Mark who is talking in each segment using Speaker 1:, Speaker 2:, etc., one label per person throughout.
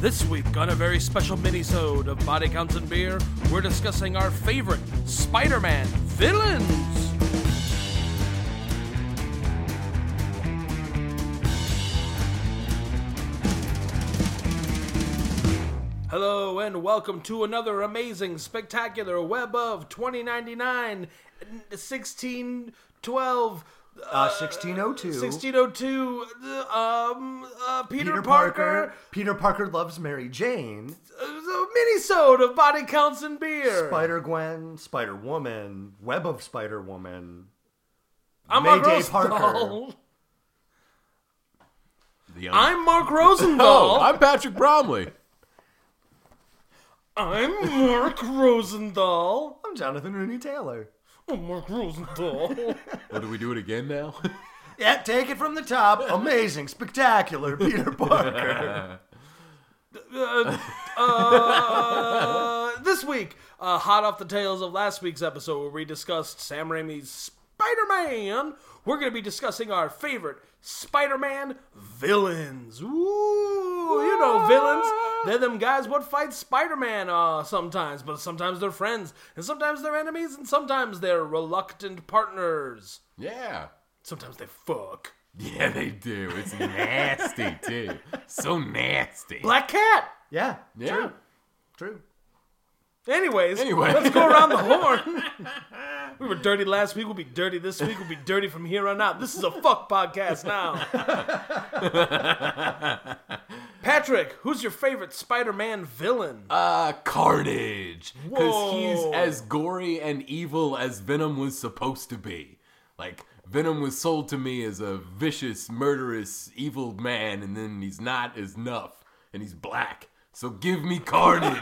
Speaker 1: This week on a very special mini-sode of Body Counts and Beer, we're discussing our favorite Spider-Man villains. Hello and welcome to another amazing, spectacular web of 2099, 16, 12,
Speaker 2: Uh, 1602.
Speaker 1: 1602, um, uh, Peter,
Speaker 2: Peter
Speaker 1: Parker,
Speaker 2: Parker. Peter Parker loves Mary Jane.
Speaker 1: the mini-sode of Body Counts and Beer.
Speaker 2: Spider Gwen, Spider Woman, Web of Spider Woman,
Speaker 1: I'm Mark
Speaker 2: Mayday
Speaker 1: Rosenthal.
Speaker 3: The other-
Speaker 1: I'm Mark Rosenthal.
Speaker 3: oh, I'm Patrick Bromley.
Speaker 1: I'm Mark Rosenthal.
Speaker 2: I'm Jonathan Rooney Taylor.
Speaker 1: I'm Mark Rosenthal.
Speaker 3: Oh, do we do it again now?
Speaker 2: Yeah, take it from the top. Amazing, spectacular, Peter Parker.
Speaker 1: Uh, uh, this week, uh, hot off the tails of last week's episode where we discussed Sam Raimi's Spider Man, we're going to be discussing our favorite Spider Man villains. Ooh, you know, villains. They're them guys what fight Spider Man uh, sometimes, but sometimes they're friends, and sometimes they're enemies, and sometimes they're reluctant partners.
Speaker 3: yeah.
Speaker 1: Sometimes they fuck.
Speaker 3: Yeah, they do. It's nasty, too. So nasty.
Speaker 1: Black Cat!
Speaker 2: yeah,
Speaker 3: yeah.
Speaker 2: true.
Speaker 1: Anyways,
Speaker 3: Anyway.
Speaker 1: let's go around the horn. we were dirty last week. We'll be dirty this week. We'll be dirty from here on out. This is a fuck podcast now. Patrick, who's your favorite Spider-Man villain?
Speaker 3: Uh, Carnage. Because he's
Speaker 1: Whoa.
Speaker 3: as gory and evil as Venom was supposed to be. Like, Venom was sold to me as a vicious, murderous, evil man, and then he's not as enough. And he's black. So give me Carnage.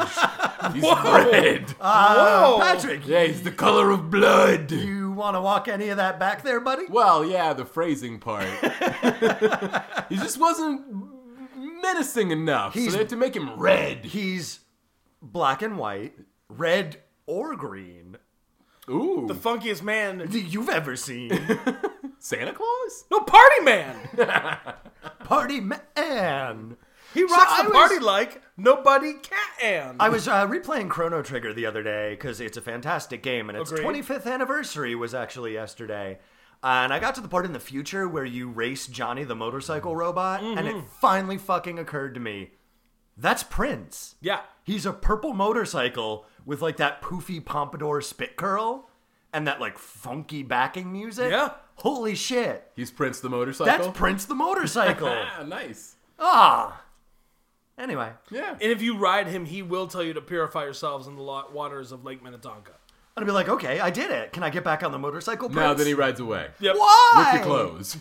Speaker 3: he's red.
Speaker 2: Uh,
Speaker 1: Whoa.
Speaker 2: Patrick,
Speaker 3: yeah, he's the color of blood.
Speaker 2: you want to walk any of that back there, buddy?
Speaker 3: Well, yeah, the phrasing part. he just wasn't menacing enough,
Speaker 2: He's-
Speaker 3: so they had to make him red.
Speaker 2: He's black and white, red or green.
Speaker 3: Ooh,
Speaker 1: the funkiest man.
Speaker 2: that You've ever seen
Speaker 3: Santa Claus?
Speaker 1: No, Party Man.
Speaker 2: Party Man.
Speaker 1: He rocks
Speaker 2: I
Speaker 1: the
Speaker 2: was-
Speaker 1: party like nobody can.
Speaker 2: I was uh, replaying Chrono Trigger the other day because it's a fantastic game, and its
Speaker 1: Agreed.
Speaker 2: 25th anniversary was actually yesterday. Uh, And I got to the part in the future where you race Johnny the motorcycle robot, and it finally fucking occurred to me that's Prince.
Speaker 1: yeah.
Speaker 2: He's a purple motorcycle with like that poofy pompadour spit curl and that like funky backing music.
Speaker 1: Yeah.
Speaker 2: Holy shit.
Speaker 3: He's Prince the motorcycle.
Speaker 2: That's Prince the motorcycle.
Speaker 3: Ah, nice.
Speaker 2: ah. Anyway, I'm
Speaker 3: Yeah.
Speaker 1: And if you ride him, he will tell you to purify yourselves in the lo- waters of Lake Minnetonka.
Speaker 2: gonna be like, okay, I did it. Can I get back on the motorcycle? Prince?
Speaker 3: now then he rides away.
Speaker 1: Yep.
Speaker 2: Why?
Speaker 3: With the clothes.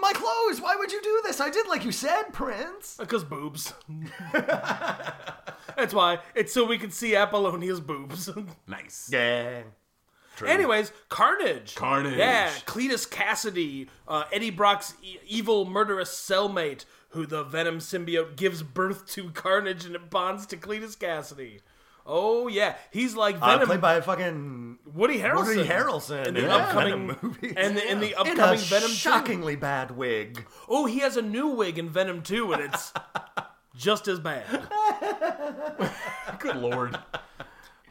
Speaker 2: My clothes. Why would you do this? I did like you said, Prince.
Speaker 1: Because boobs. That's why. It's so we can see Apollonia's boobs.
Speaker 3: Nice.
Speaker 2: Yeah.
Speaker 1: Anyways, Carnage.
Speaker 3: Carnage.
Speaker 1: Yeah, Cletus Cassidy, uh, Eddie Brock's e- evil, murderous cellmate, who the Venom symbiote gives birth to Carnage and it bonds to Cletus Cassidy. Oh, yeah. He's like
Speaker 2: Uh,
Speaker 1: Venom.
Speaker 2: played by a fucking
Speaker 1: Woody Harrelson.
Speaker 2: Woody Harrelson
Speaker 1: In the
Speaker 2: in
Speaker 1: upcoming
Speaker 2: Venom movies.
Speaker 1: And the, in the
Speaker 2: in
Speaker 1: upcoming
Speaker 2: a
Speaker 1: Venom 2.
Speaker 2: shockingly bad wig.
Speaker 1: Oh, he has a new wig in Venom 2, and it's just as bad.
Speaker 3: Good lord.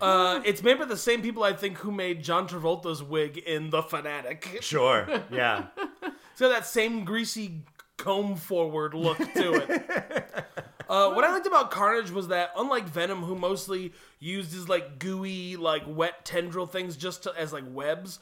Speaker 1: Uh, it's made by the same people I think who made John Travolta's wig in The Fanatic. It's
Speaker 2: Sure. Yeah.
Speaker 1: got that same greasy comb forward look to it. Uh, what I liked about Carnage was that, unlike Venom, who mostly used his like gooey, like wet tendril things just to, as like webs,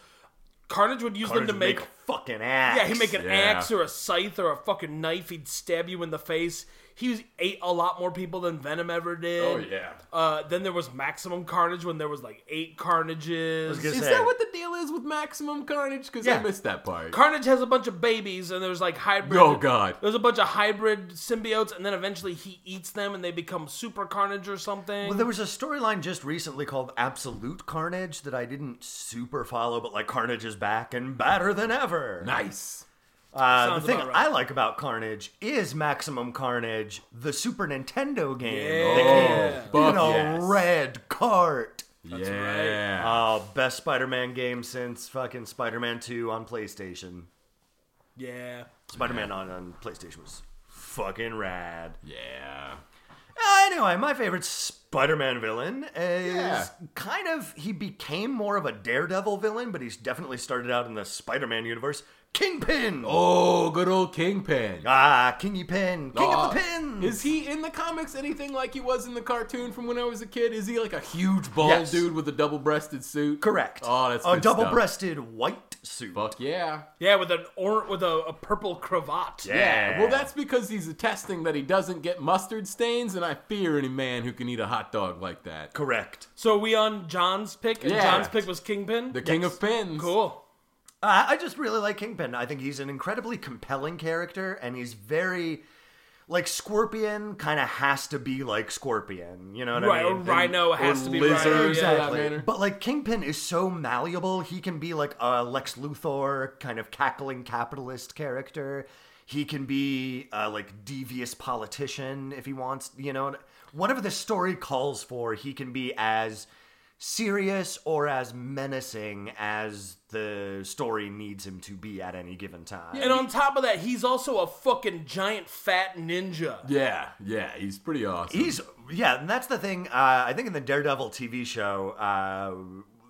Speaker 1: Carnage would use them to make.
Speaker 2: a fucking ass.
Speaker 1: yeah, he'd make an
Speaker 3: Yeah.
Speaker 1: axe or a scythe or a fucking knife. He'd stab you in the face. He was, ate a lot more people than Venom ever did.
Speaker 3: Oh, yeah.
Speaker 1: Uh, then there was Maximum Carnage when there was like eight Carnages.
Speaker 2: gonna
Speaker 3: Is
Speaker 2: say-
Speaker 3: that what the deal is with Maximum Carnage? Because
Speaker 2: Yeah.
Speaker 3: I missed that part.
Speaker 1: Carnage has a bunch of babies, and there's like hybrid.
Speaker 3: Oh, God.
Speaker 1: There's a bunch of hybrid symbiotes, and then eventually he eats them, and they become Super Carnage or something.
Speaker 2: Well, there was a storyline just recently called Absolute Carnage that I didn't super follow, but like Carnage is back and badder than ever.
Speaker 3: nice.
Speaker 2: Uh,
Speaker 1: Sounds
Speaker 2: the thing
Speaker 1: about right.
Speaker 2: I like about Carnage is Maximum Carnage, the Super Nintendo game.
Speaker 1: Yeah.
Speaker 2: that
Speaker 1: Oh,
Speaker 2: came
Speaker 3: fuck
Speaker 2: in a
Speaker 3: yes.
Speaker 2: red cart.
Speaker 3: yeah.
Speaker 2: Oh, best Spider-Man game since fucking Spider-Man 2 on PlayStation.
Speaker 1: yeah.
Speaker 2: Spider-Man on, on PlayStation was fucking rad. Uh,
Speaker 3: Yeah.
Speaker 2: Anyway, my favorite Spider-Man villain is
Speaker 3: Yeah.
Speaker 2: kind of he became more of a Daredevil villain, but he's definitely started out in the Spider-Man universe. Kingpin.
Speaker 3: Oh, good old Kingpin.
Speaker 2: Ah, Kingy Pin, King of
Speaker 3: Uh,
Speaker 2: the Pins.
Speaker 3: Is he in the comics anything like he was in the cartoon from when I was a kid? Is he like a huge bald
Speaker 2: Yes.
Speaker 3: dude with a double-breasted suit?
Speaker 2: correct?
Speaker 3: Oh, that's
Speaker 2: a
Speaker 3: good stuff.
Speaker 2: double-breasted white suit.
Speaker 3: Fuck yeah.
Speaker 1: Yeah, with an or with a, a purple cravat.
Speaker 3: Yeah, well, that's because he's attesting that he doesn't get mustard stains, and I fear any man who can eat a hot dog like that.
Speaker 2: correct.
Speaker 1: So we on John's pick, and
Speaker 3: Yeah.
Speaker 1: John's pick was Kingpin.
Speaker 3: The king of pins.
Speaker 1: cool.
Speaker 2: Uh, I just really like Kingpin. I think he's an incredibly compelling character, and he's very like Scorpion. Kind of has to be like Scorpion. You know what
Speaker 1: Right,
Speaker 2: I
Speaker 1: or
Speaker 2: mean? And-
Speaker 1: Rhino has
Speaker 3: or
Speaker 1: to be
Speaker 3: lizard,
Speaker 1: Rhino.
Speaker 3: yeah.
Speaker 1: Yeah.
Speaker 2: Exactly.
Speaker 3: manner.
Speaker 2: But like Kingpin is so malleable, he can be like a Lex Luthor kind of cackling capitalist character. He can be a like devious politician if he wants, you know, whatever the story calls for, he can be as serious or as menacing as the story needs him to be at any given time.
Speaker 1: And on top of that, he's also a fucking giant fat ninja.
Speaker 3: Yeah, yeah, he's pretty awesome.
Speaker 2: He's yeah, and that's the thing. Uh, I think in the Daredevil TV show, uh,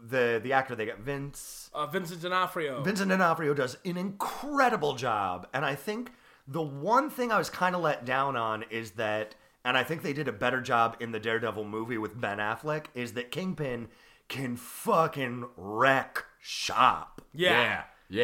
Speaker 2: the the actor they got Vince
Speaker 1: Uh, Vincent D'Onofrio.
Speaker 2: Vincent D'Onofrio does an incredible job, and I think the one thing I was kind of let down on is that, and I think they did a better job in the Daredevil movie with Ben Affleck, is that Kingpin can fucking wreck shop.
Speaker 1: yeah.
Speaker 3: yeah,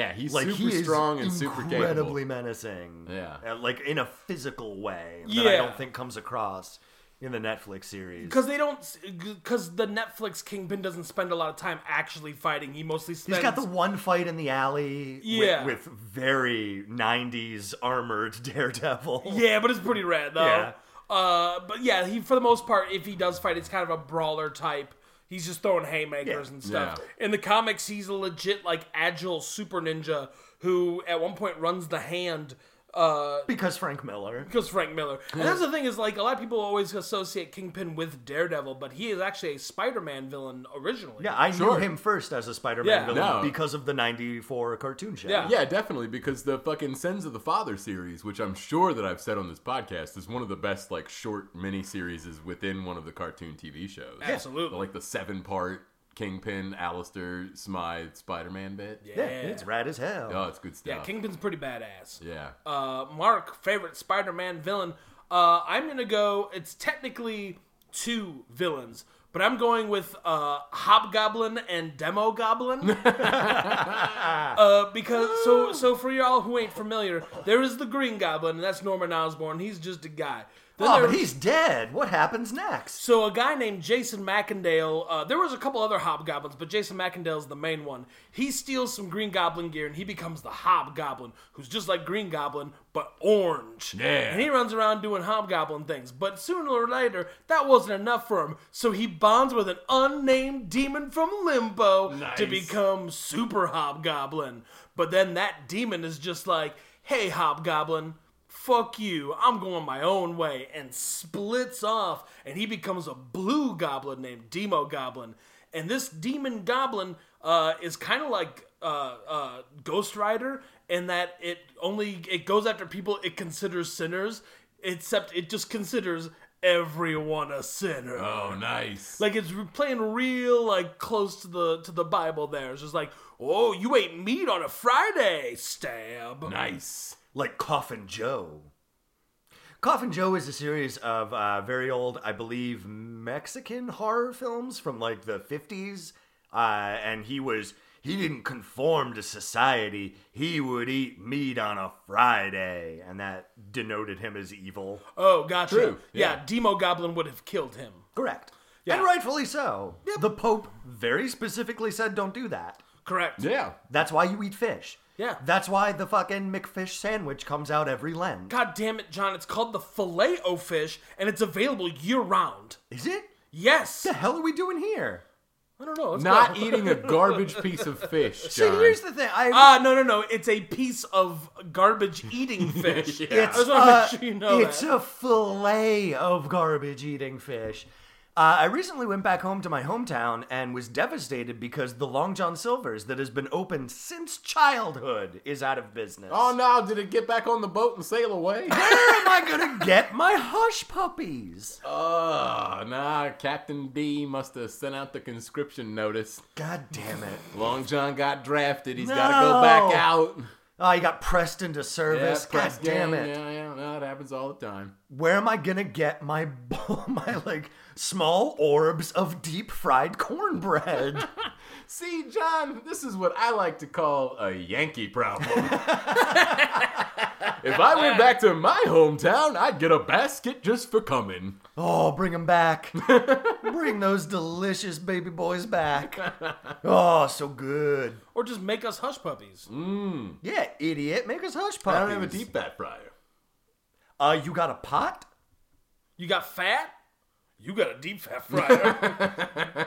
Speaker 3: yeah, he's
Speaker 2: Like
Speaker 3: super
Speaker 2: he is
Speaker 3: strong and super
Speaker 2: incredibly
Speaker 3: capable.
Speaker 2: menacing.
Speaker 3: Yeah.
Speaker 2: Uh, like in a physical way that I
Speaker 1: Yeah.
Speaker 2: don't think comes across in the Netflix series.
Speaker 1: Because they don't, because the Netflix Kingpin doesn't spend a lot of time actually fighting. He mostly spends.
Speaker 2: He's got the one fight in the alley
Speaker 1: Yeah.
Speaker 2: with, with very 90s armored Daredevil.
Speaker 1: yeah, but it's pretty rad though.
Speaker 2: Yeah.
Speaker 1: Uh, but yeah, he for the most part, if he does fight, it's kind of a brawler type. He's just throwing haymakers
Speaker 2: Yeah.
Speaker 1: and stuff.
Speaker 3: Yeah.
Speaker 1: In the comics, he's a legit like agile super ninja who at one point runs the hand. Uh,
Speaker 2: Because Frank Miller.
Speaker 1: because Frank Miller. And that's the thing is like a lot of people always associate Kingpin with Daredevil, but he is actually a Spider-Man villain originally.
Speaker 2: Yeah, I
Speaker 3: Sure.
Speaker 2: knew him first as a Spider-Man
Speaker 1: Yeah.
Speaker 2: villain
Speaker 3: No.
Speaker 2: because of the '94 cartoon show.
Speaker 1: Yeah.
Speaker 3: Yeah, definitely, because the fucking Sons of the Father series, which I'm sure that I've said on this podcast, is one of the best like short mini series within one of the cartoon TV shows.
Speaker 1: Absolutely.
Speaker 3: Like the seven part Kingpin, Alistair, Smythe, Spider Man bit.
Speaker 1: Yeah.
Speaker 2: Yeah, it's rad as hell.
Speaker 3: Oh, it's good stuff.
Speaker 2: uh,
Speaker 1: Yeah, Kingpin's pretty badass.
Speaker 3: Yeah.
Speaker 1: Uh, Mark, favorite Spider-Man villain. Uh, I'm gonna go. It's technically two villains, but I'm going with uh, Hobgoblin and Demo Goblin. uh, because so so for y'all who ain't familiar, there is the Green Goblin, and that's Norman Osborn. He's just a guy. Then
Speaker 2: Oh,
Speaker 1: there-
Speaker 2: but he's dead. What happens next?
Speaker 1: So a guy named Jason McIndale, uh, there was a couple other hobgoblins, but Jason McIndale's the main one. He steals some Green Goblin gear and he becomes the Hobgoblin, who's just like Green Goblin but orange.
Speaker 3: Yeah.
Speaker 1: And he runs around doing Hobgoblin things. But sooner or later, that wasn't enough for him, so he bonds with an unnamed demon from Limbo to
Speaker 3: Nice.
Speaker 1: become Super Hobgoblin. But then that demon is just like, "Hey, Hobgoblin." fuck you, I'm going my own way, and splits off, and he becomes a blue goblin named Demo Goblin. And this demon goblin uh, is kind of like uh, uh, Ghost Rider in that it only it goes after people it considers sinners, except it just considers everyone a sinner.
Speaker 3: oh, nice.
Speaker 1: Like it's re- playing real like close to the to the Bible. There, it's just like, oh, you ate meat on a Friday, stab.
Speaker 3: nice.
Speaker 2: Like Coffin Joe. Coffin Joe is a series of uh, very old, I believe, Mexican horror films from like the 50s. Uh, and he was, he didn't conform to society. He would eat meat on a Friday. And that denoted him as evil.
Speaker 1: Oh, gotcha.
Speaker 3: True,
Speaker 1: Yeah.
Speaker 3: yeah.
Speaker 1: Demo Goblin would have killed him.
Speaker 2: Correct.
Speaker 1: Yeah.
Speaker 2: And rightfully so. The Pope very specifically said, don't do that.
Speaker 1: Correct.
Speaker 3: Yeah.
Speaker 2: That's why you eat fish.
Speaker 1: Yeah.
Speaker 2: That's why the fucking McFish sandwich comes out every Lent.
Speaker 1: God damn it, John. It's called the filet o fish, and it's available year round.
Speaker 2: Is it?
Speaker 1: Yes.
Speaker 2: The hell are we doing here?
Speaker 1: I don't know. Let's
Speaker 3: Not
Speaker 1: go.
Speaker 3: eating a garbage piece of fish. John.
Speaker 2: See, here's the thing. I,
Speaker 1: Ah, no, no, no. It's a piece of garbage eating fish.
Speaker 3: Yeah. uh,
Speaker 1: I
Speaker 2: it's
Speaker 1: just wanna
Speaker 2: a,
Speaker 1: make sure you know
Speaker 2: it's
Speaker 1: that.
Speaker 2: a fillet of garbage eating fish. Uh, I recently went back home to my hometown and was devastated because the Long John Silver's that has been open since childhood is out of business.
Speaker 3: Oh no! Did it get back on the boat and sail away?
Speaker 2: Where am I gonna get my hush puppies?
Speaker 3: Oh, nah. Captain D must have sent out the conscription notice.
Speaker 2: God damn it.
Speaker 3: Long John got drafted. He's got to go back
Speaker 2: No.
Speaker 3: out.
Speaker 2: Oh, he got pressed into service. God
Speaker 3: press
Speaker 2: damn
Speaker 3: gang,
Speaker 2: it.
Speaker 3: Yeah, yeah, no, it happens all the time.
Speaker 2: Where am I gonna get my my like small orbs of deep fried cornbread?
Speaker 3: See, John, this is what I like to call a Yankee problem. if I went back to my hometown, I'd get a basket just for coming.
Speaker 2: Oh, bring them back. bring those delicious baby boys back. Oh, so good.
Speaker 1: Or just make us hush puppies.
Speaker 3: Mm-hmm.
Speaker 2: Yeah, idiot. Make us hush puppies.
Speaker 3: Hmm. I don't have a deep fat fryer.
Speaker 2: Uh, you got a pot?
Speaker 1: You got fat? You got a deep fat fryer.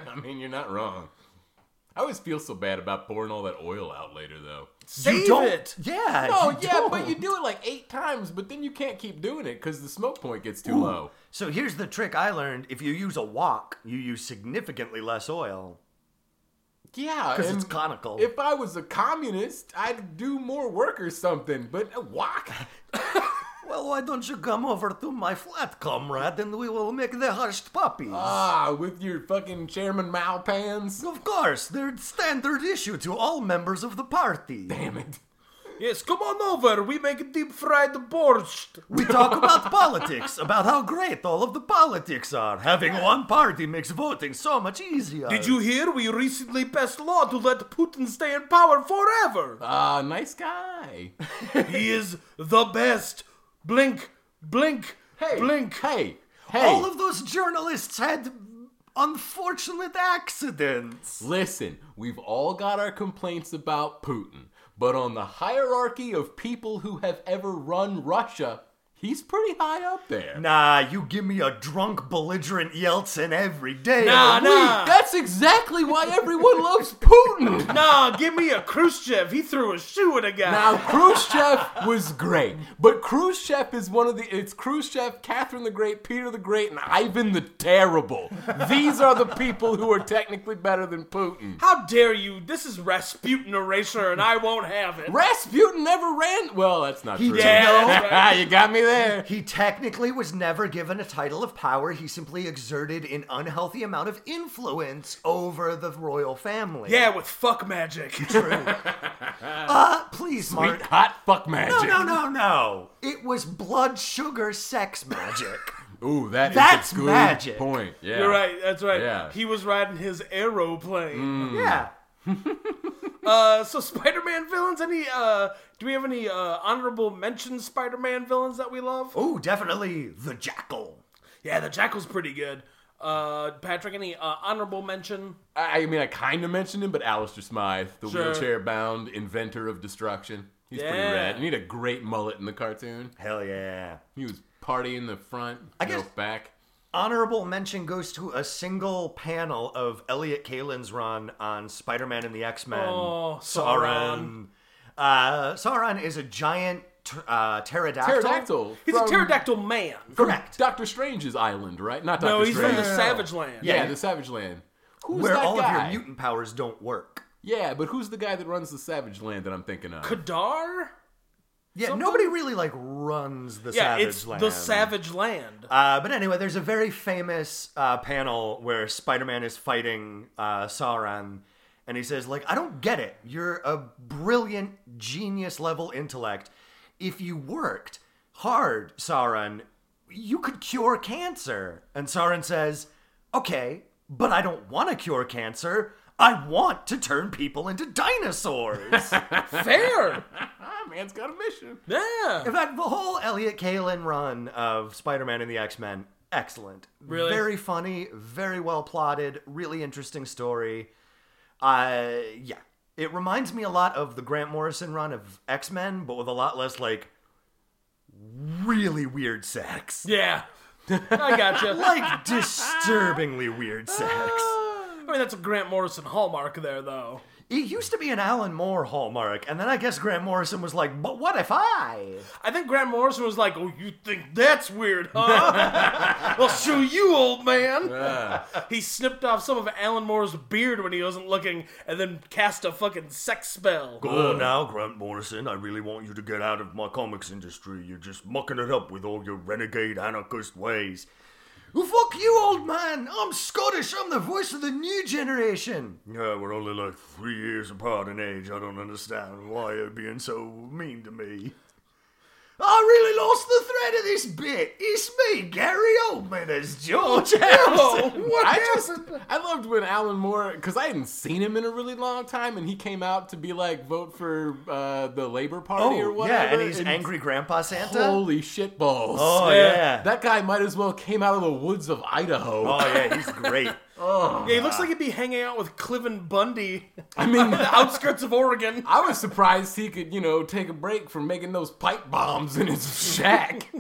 Speaker 3: I mean, you're not wrong. I always feel so bad about pouring all that oil out later, though.
Speaker 1: Save
Speaker 2: you don't.
Speaker 1: it.
Speaker 2: Yeah.
Speaker 3: Oh,
Speaker 2: you
Speaker 3: yeah, but you
Speaker 2: don't.
Speaker 3: do it like eight times, but then you can't keep doing it because the smoke point gets too low.
Speaker 2: So here's the trick I learned: if you use a wok, you use significantly less oil
Speaker 3: Yeah,
Speaker 2: because
Speaker 3: and
Speaker 2: it's conical.
Speaker 1: Oh.
Speaker 3: If I was a communist, I'd do more work or something. But a wok?
Speaker 2: well, why don't you come over to my flat, comrade, and we will make the hushed puppies?
Speaker 3: Ah, with your fucking Chairman Mao pans?
Speaker 2: of course, they're standard issue to all members of the party.
Speaker 3: Damn it.
Speaker 1: yes, come on over. We make a deep fried borscht.
Speaker 2: We talk about politics, about how great all of the politics are. Having one party makes voting so much easier.
Speaker 1: Did you hear? We recently passed law to let Putin stay in power forever.
Speaker 3: Ah, nice guy.
Speaker 1: he is the best. Blink, blink,
Speaker 3: Hey.
Speaker 1: blink.
Speaker 3: Hey. Hey.
Speaker 2: All of those journalists had unfortunate accidents.
Speaker 3: Listen, we've all got our complaints about Putin, but on the hierarchy of people who have ever run Russia, he's pretty high up there.
Speaker 2: Nah, you give me a drunk, belligerent Yeltsin every day.
Speaker 1: Nah,
Speaker 2: of the
Speaker 1: nah.
Speaker 2: week.
Speaker 3: Wait, that's exactly why everyone loves Putin.
Speaker 1: Nah, give me a Khrushchev. He threw a shoe at a guy.
Speaker 3: Now Khrushchev was great, but Khrushchev is one of the it's Khrushchev, Catherine the Great, Peter the Great, and Ivan the Terrible. These are the people who are technically better than Putin.
Speaker 1: How dare you? This is Rasputin Eraser, and I won't have it.
Speaker 3: Rasputin never ran. Well, that's not true.
Speaker 1: Yeah, that's right.
Speaker 3: you got me there.
Speaker 2: He technically was never given a title of power. He simply exerted an unhealthy amount of influence over the royal family.
Speaker 1: Yeah, with fuck magic.
Speaker 2: Uh, please, Mark.
Speaker 3: Sweet hot fuck magic.
Speaker 2: No, no, no, no. It was blood sugar sex magic.
Speaker 3: Ooh, that is
Speaker 2: That's
Speaker 3: a good
Speaker 2: magic.
Speaker 3: point. Yeah.
Speaker 1: You're right. That's right.
Speaker 3: Yeah. Mm.
Speaker 1: He was riding his aeroplane.
Speaker 2: yeah.
Speaker 1: Uh, so Spider-Man villains. Any? Uh, do we have any uh, honorable mention Spider-Man villains that we love?
Speaker 2: Oh, definitely the jackal.
Speaker 1: Yeah, the Jackal's pretty good. Uh, Patrick, any uh, honorable mention?
Speaker 3: I, I mean, I kind of mentioned him, but Alistair Smythe, the
Speaker 1: Sure.
Speaker 3: wheelchair-bound inventor of destruction. He's
Speaker 1: Yeah.
Speaker 3: pretty rad. And he had a great mullet in the cartoon.
Speaker 2: Hell yeah.
Speaker 3: He was party in the front,
Speaker 2: I
Speaker 3: I
Speaker 2: guess-
Speaker 3: back.
Speaker 2: Honorable mention goes to a single panel of Elliot Kalin's run on Spider Man and the X Men.
Speaker 1: Oh,
Speaker 2: Uh, Sauron is a giant ter- uh, pterodactyl.
Speaker 3: Pterodactyl.
Speaker 1: He's
Speaker 3: from
Speaker 1: a pterodactyl man.
Speaker 2: Correct.
Speaker 3: Doctor Strange's island, right? Not Doctor
Speaker 1: No, he's from
Speaker 3: Strange.
Speaker 1: the Savage Land.
Speaker 3: yeah,
Speaker 2: Yeah.
Speaker 3: the Savage Land. Who's
Speaker 2: Where
Speaker 3: that
Speaker 2: all
Speaker 3: guy?
Speaker 2: of your mutant powers don't work.
Speaker 3: yeah, but who's the guy that runs the Savage Land that I'm thinking of?
Speaker 1: Kadar.
Speaker 2: Yeah,
Speaker 1: Something-
Speaker 2: nobody really like runs the
Speaker 1: Yeah,
Speaker 2: Savage
Speaker 1: it's
Speaker 2: Land.
Speaker 1: the Savage Land.
Speaker 2: Uh, but anyway, there's a very famous uh, panel where Spider-Man is fighting uh, Sauron, and he says, "Like, I don't get it. You're a brilliant, genius level intellect. If you worked hard, Sauron, you could cure cancer." And Sauron says, "Okay, but I don't want to cure cancer. I want to turn people into dinosaurs."
Speaker 1: Fair.
Speaker 3: Ah, man's got a mission.
Speaker 1: Yeah.
Speaker 2: In fact, the whole Elliot Kalin run of Spider-Man and the X-Men, excellent.
Speaker 1: Really?
Speaker 2: Very funny, very well plotted, really interesting story. Uh, yeah. It reminds me a lot of the Grant Morrison run of X-Men, but with a lot less, like, really weird sex.
Speaker 1: Yeah. I gotcha.
Speaker 2: Like, disturbingly weird sex.
Speaker 1: I mean, that's a Grant Morrison hallmark there, though.
Speaker 2: It used to be an Alan Moore hallmark, and then I guess Grant Morrison was like, "But what if I?"
Speaker 1: I think Grant Morrison was like, "Oh, you think that's weird, huh? I'll show you, old man."
Speaker 3: Uh,
Speaker 1: He snipped off some of Alan Moore's beard when he wasn't looking, and then cast a fucking sex spell.
Speaker 2: Go now, Grant Morrison. I really want you to get out of my comics industry. You're just mucking it up with all your renegade anarchist ways. Well, fuck you, old man. I'm Scottish. I'm the voice of the new generation. Yeah, we're only like three years apart in age. I don't understand why you're being so mean to me. I really lost the thread of this bit. It's me, Gary Oldman, as George
Speaker 1: Oh,
Speaker 2: Harrison.
Speaker 1: what
Speaker 3: I just,
Speaker 1: happened?
Speaker 3: I loved when Alan Moore, because I hadn't seen him in a really long time, and he came out to be like, vote for uh, the Labor Party or
Speaker 2: Oh,
Speaker 3: whatever.
Speaker 2: yeah, and he's angry Grandpa Santa.
Speaker 3: Holy shitballs.
Speaker 2: oh,
Speaker 1: Yeah.
Speaker 2: yeah.
Speaker 3: That guy might as well came out of the woods of Idaho.
Speaker 2: oh, yeah, he's great.
Speaker 1: Yeah, he looks like he'd be hanging out with Cliven Bundy,
Speaker 3: I mean,
Speaker 1: the outskirts of Oregon.
Speaker 3: I was surprised he could, you know, take a break from making those pipe bombs in his shack.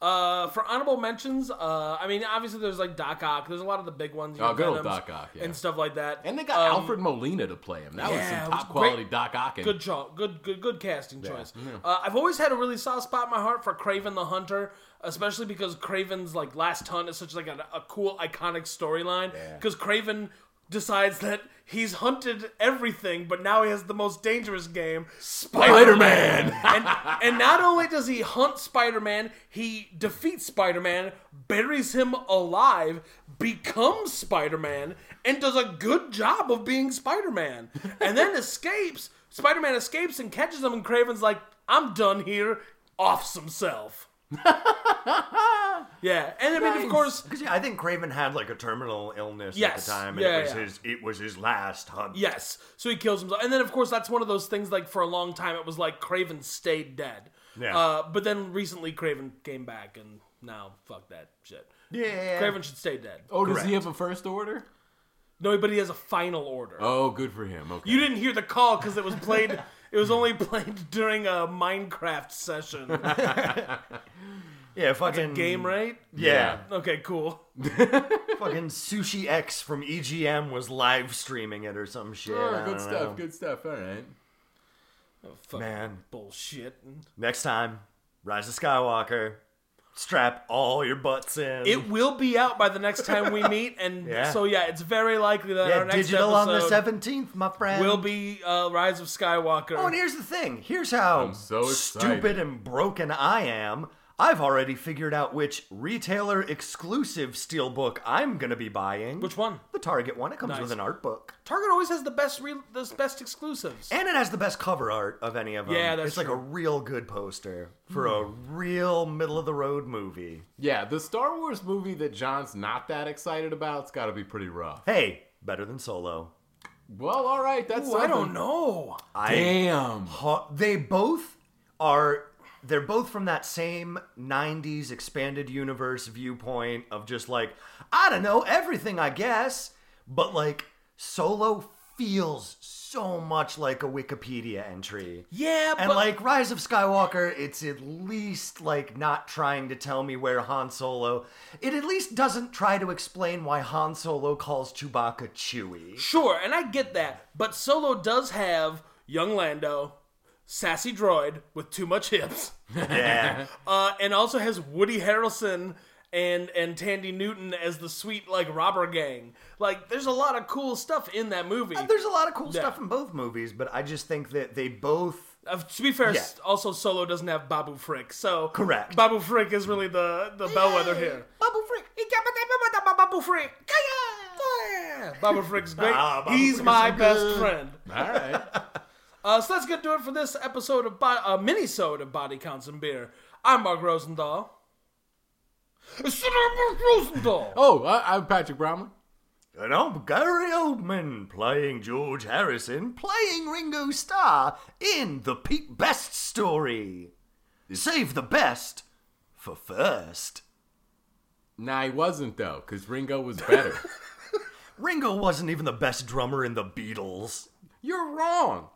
Speaker 1: Uh, for honorable mentions, uh, I mean, obviously there's like Doc Ock. There's a lot of the big ones. you
Speaker 3: Oh,
Speaker 1: know,
Speaker 3: good old
Speaker 1: Venoms
Speaker 3: Doc Ock, yeah.
Speaker 1: and stuff like that.
Speaker 3: and they got
Speaker 1: Um,
Speaker 3: Alfred Molina to play him. That
Speaker 1: yeah,
Speaker 3: was
Speaker 1: it
Speaker 3: some
Speaker 1: was
Speaker 3: top quality
Speaker 1: great.
Speaker 3: Doc Ocken.
Speaker 1: Good job. Good, good, good casting choice. Uh, I've always had a really soft spot in my heart for Craven the Hunter, especially because Craven's like last hunt is such like a, a cool, iconic storyline. Because Craven decides that he's hunted everything, but now he has the most dangerous game,
Speaker 3: Spider
Speaker 1: Spider-Man.
Speaker 3: Man.
Speaker 1: and, and not only does he hunt Spider Man, he defeats Spider Man, buries him alive, becomes Spider Man, and does a good job of being Spider Man. And then escapes. Spider Man escapes and catches him, and Craven's like, I'm done here, offs himself. yeah, and I mean, of
Speaker 3: Nice.
Speaker 1: course,
Speaker 2: Because yeah, I think Craven had like a terminal illness
Speaker 1: Yes.
Speaker 2: at the time, and
Speaker 1: Yeah,
Speaker 2: it was
Speaker 1: yeah.
Speaker 2: his it was his last hunt.
Speaker 1: Yes. So he kills himself. And then, of course, that's one of those things like for a long time it was like Craven stayed dead.
Speaker 2: Yeah.
Speaker 1: Uh, but then recently Craven came back and now fuck that shit.
Speaker 2: Yeah.
Speaker 1: Craven should stay dead.
Speaker 3: Oh, does
Speaker 2: Correct.
Speaker 3: he have a first order?
Speaker 1: No, but he has a final order.
Speaker 3: Oh, good for him. Okay.
Speaker 1: You didn't hear the call because it was played. it was only played during a Minecraft session.
Speaker 2: Yeah, fucking
Speaker 1: Game right?
Speaker 2: Yeah,
Speaker 1: Okay, cool.
Speaker 2: fucking Sushi X from EGM was live streaming it or some shit.
Speaker 3: Oh,
Speaker 2: I
Speaker 3: good
Speaker 2: don't
Speaker 3: stuff.
Speaker 2: know.
Speaker 3: Good stuff. All right.
Speaker 1: Fuck
Speaker 2: Man,
Speaker 1: bullshit.
Speaker 2: next time, Rise of Skywalker, strap all your butts in.
Speaker 1: It will be out by the next time we meet, and
Speaker 2: Yeah.
Speaker 1: so yeah, it's very likely that
Speaker 2: yeah,
Speaker 1: our next
Speaker 2: digital on the
Speaker 1: episode
Speaker 2: seventeenth, my friend.
Speaker 1: will be uh, Rise of Skywalker.
Speaker 2: Oh, and here's the thing. Here's how
Speaker 3: so excited.
Speaker 2: stupid and broken I am. I've already figured out which retailer exclusive steelbook I'm gonna be buying.
Speaker 1: Which one?
Speaker 2: The Target one. It comes
Speaker 1: Nice.
Speaker 2: with an art book.
Speaker 1: Target always has the best re- the best exclusives.
Speaker 2: And it has the best cover art of any of them.
Speaker 1: Yeah, that's Hmm.
Speaker 2: It's like a real good poster for a real middle of the road movie.
Speaker 3: Yeah, the Star Wars movie that John's not that excited about, it's got to be pretty rough.
Speaker 2: Hey, better than Solo.
Speaker 3: Well, all right. That's
Speaker 1: Ooh, I don't
Speaker 3: something.
Speaker 1: know.
Speaker 2: I
Speaker 3: Damn.
Speaker 2: ha- they both are they're both from that same 90s expanded universe viewpoint of just like I don't know everything I guess, but like Solo feels so much like a Wikipedia entry.
Speaker 1: Yeah,
Speaker 2: And
Speaker 1: but
Speaker 2: like Rise of Skywalker, it's at least like not trying to tell me where Han Solo. It at least doesn't try to explain why Han Solo calls Chewbacca Chewie.
Speaker 1: sure, and I get that. But Solo does have young Lando, sassy droid with too much hips,
Speaker 2: Yeah.
Speaker 1: uh, and also has Woody Harrelson and and Tandy Newton as the sweet like robber gang. Like, there's a lot of cool stuff in that movie.
Speaker 2: Uh, There's a lot of cool stuff in both movies, but I just think that they both
Speaker 1: Uh, to be fair,
Speaker 2: Yeah.
Speaker 1: s- also Solo doesn't have Babu Frick, so
Speaker 2: Correct.
Speaker 1: Babu Frick is really the the bellwether here.
Speaker 2: Bubble freak.
Speaker 1: Babu Frick. Babu Frick's great.
Speaker 2: Ah, Babu
Speaker 1: He's
Speaker 2: Frick is
Speaker 1: my
Speaker 2: so
Speaker 1: best
Speaker 2: good.
Speaker 1: friend.
Speaker 3: All right.
Speaker 1: Uh, so that's gonna do it for this episode of Bo- uh, mini-sode of Body Counts and Beer. I'm Mark Rosendahl. It's Mark Rosendahl.
Speaker 3: Oh, I, I'm Patrick Bromley.
Speaker 2: And I'm Gary Oldman playing George Harrison, playing Ringo Starr in the Pete Best story. Save the best for first.
Speaker 3: Nah, he wasn't though, because Ringo was better.
Speaker 2: Ringo wasn't even the best drummer in the Beatles.
Speaker 3: You're wrong.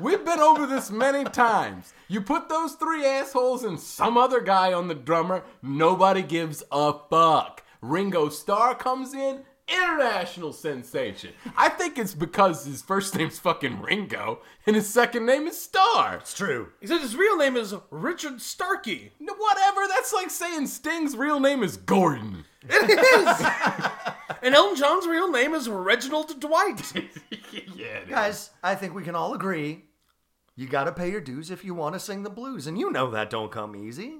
Speaker 3: We've been over this many times. You put those three assholes and some other guy on the drummer, nobody gives a fuck. Ringo Starr comes in international sensation. I think it's because his first name's fucking Ringo and his second name is Star.
Speaker 2: It's true.
Speaker 1: He said his real name is Richard Starkey.
Speaker 3: N- Whatever, that's like saying Sting's real name is Gordon.
Speaker 1: It is. and Elton John's real name is Reginald Dwight.
Speaker 3: Yeah, dude.
Speaker 2: Guys, I think we can all agree you gotta pay your dues if you wanna sing the blues, and you know that don't come easy.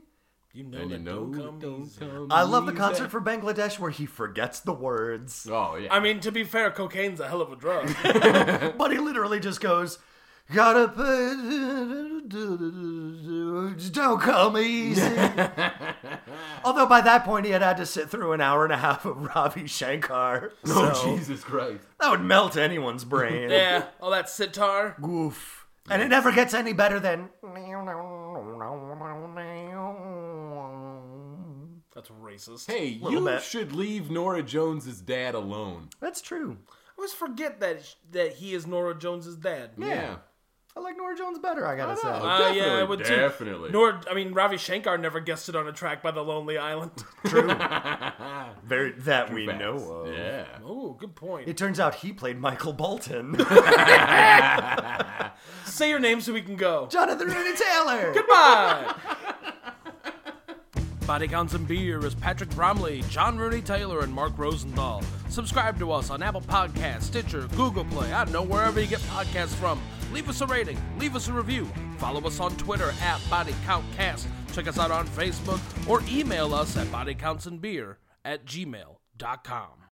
Speaker 1: You know
Speaker 3: And you
Speaker 1: that
Speaker 3: know,
Speaker 1: don't
Speaker 3: it
Speaker 1: come
Speaker 3: don't
Speaker 1: easy.
Speaker 3: come
Speaker 2: I love the
Speaker 3: easy.
Speaker 2: concert for Bangladesh where he forgets the words,
Speaker 3: Oh yeah.
Speaker 1: I mean, to be fair, cocaine's a hell of a drug.
Speaker 2: but he literally just goes, Gotta pay. Don't come easy. Although by that point he had had to sit through an hour and a half of Ravi Shankar.
Speaker 3: oh
Speaker 2: so
Speaker 3: Jesus Christ.
Speaker 2: that would melt anyone's brain.
Speaker 1: yeah, all that sitar.
Speaker 2: Goof. And it never gets any better than.
Speaker 1: That's racist.
Speaker 3: Hey,
Speaker 2: Little
Speaker 3: you
Speaker 2: bit.
Speaker 3: should leave Nora Jones's dad alone.
Speaker 2: That's true.
Speaker 1: I always forget that that he is Nora Jones's dad.
Speaker 3: Yeah.
Speaker 2: I like Nora Jones better, I gotta
Speaker 3: I know.
Speaker 2: say.
Speaker 1: Uh, yeah, I
Speaker 3: Oh, Definitely,
Speaker 1: would
Speaker 3: definitely.
Speaker 1: too. Nor, I mean, Ravi Shankar never guessed it on a track by The Lonely Island.
Speaker 2: Very, that we
Speaker 3: Facts.
Speaker 2: know of.
Speaker 3: Yeah.
Speaker 1: oh, good point.
Speaker 2: It turns out he played Michael Bolton.
Speaker 1: Say your name so we can go.
Speaker 2: Jonathan Rooney Taylor!
Speaker 1: Goodbye. Body Counts and Beer is Patrick Bromley, John Rooney Taylor, and Mark Rosendahl. Subscribe to us on Apple Podcasts, Stitcher, Google Play, I don't know, wherever you get podcasts from. Leave us a rating, leave us a review. Follow us on Twitter at Body Count Cast. Check us out on Facebook or email us at bodycountsandbeer at gmail.com.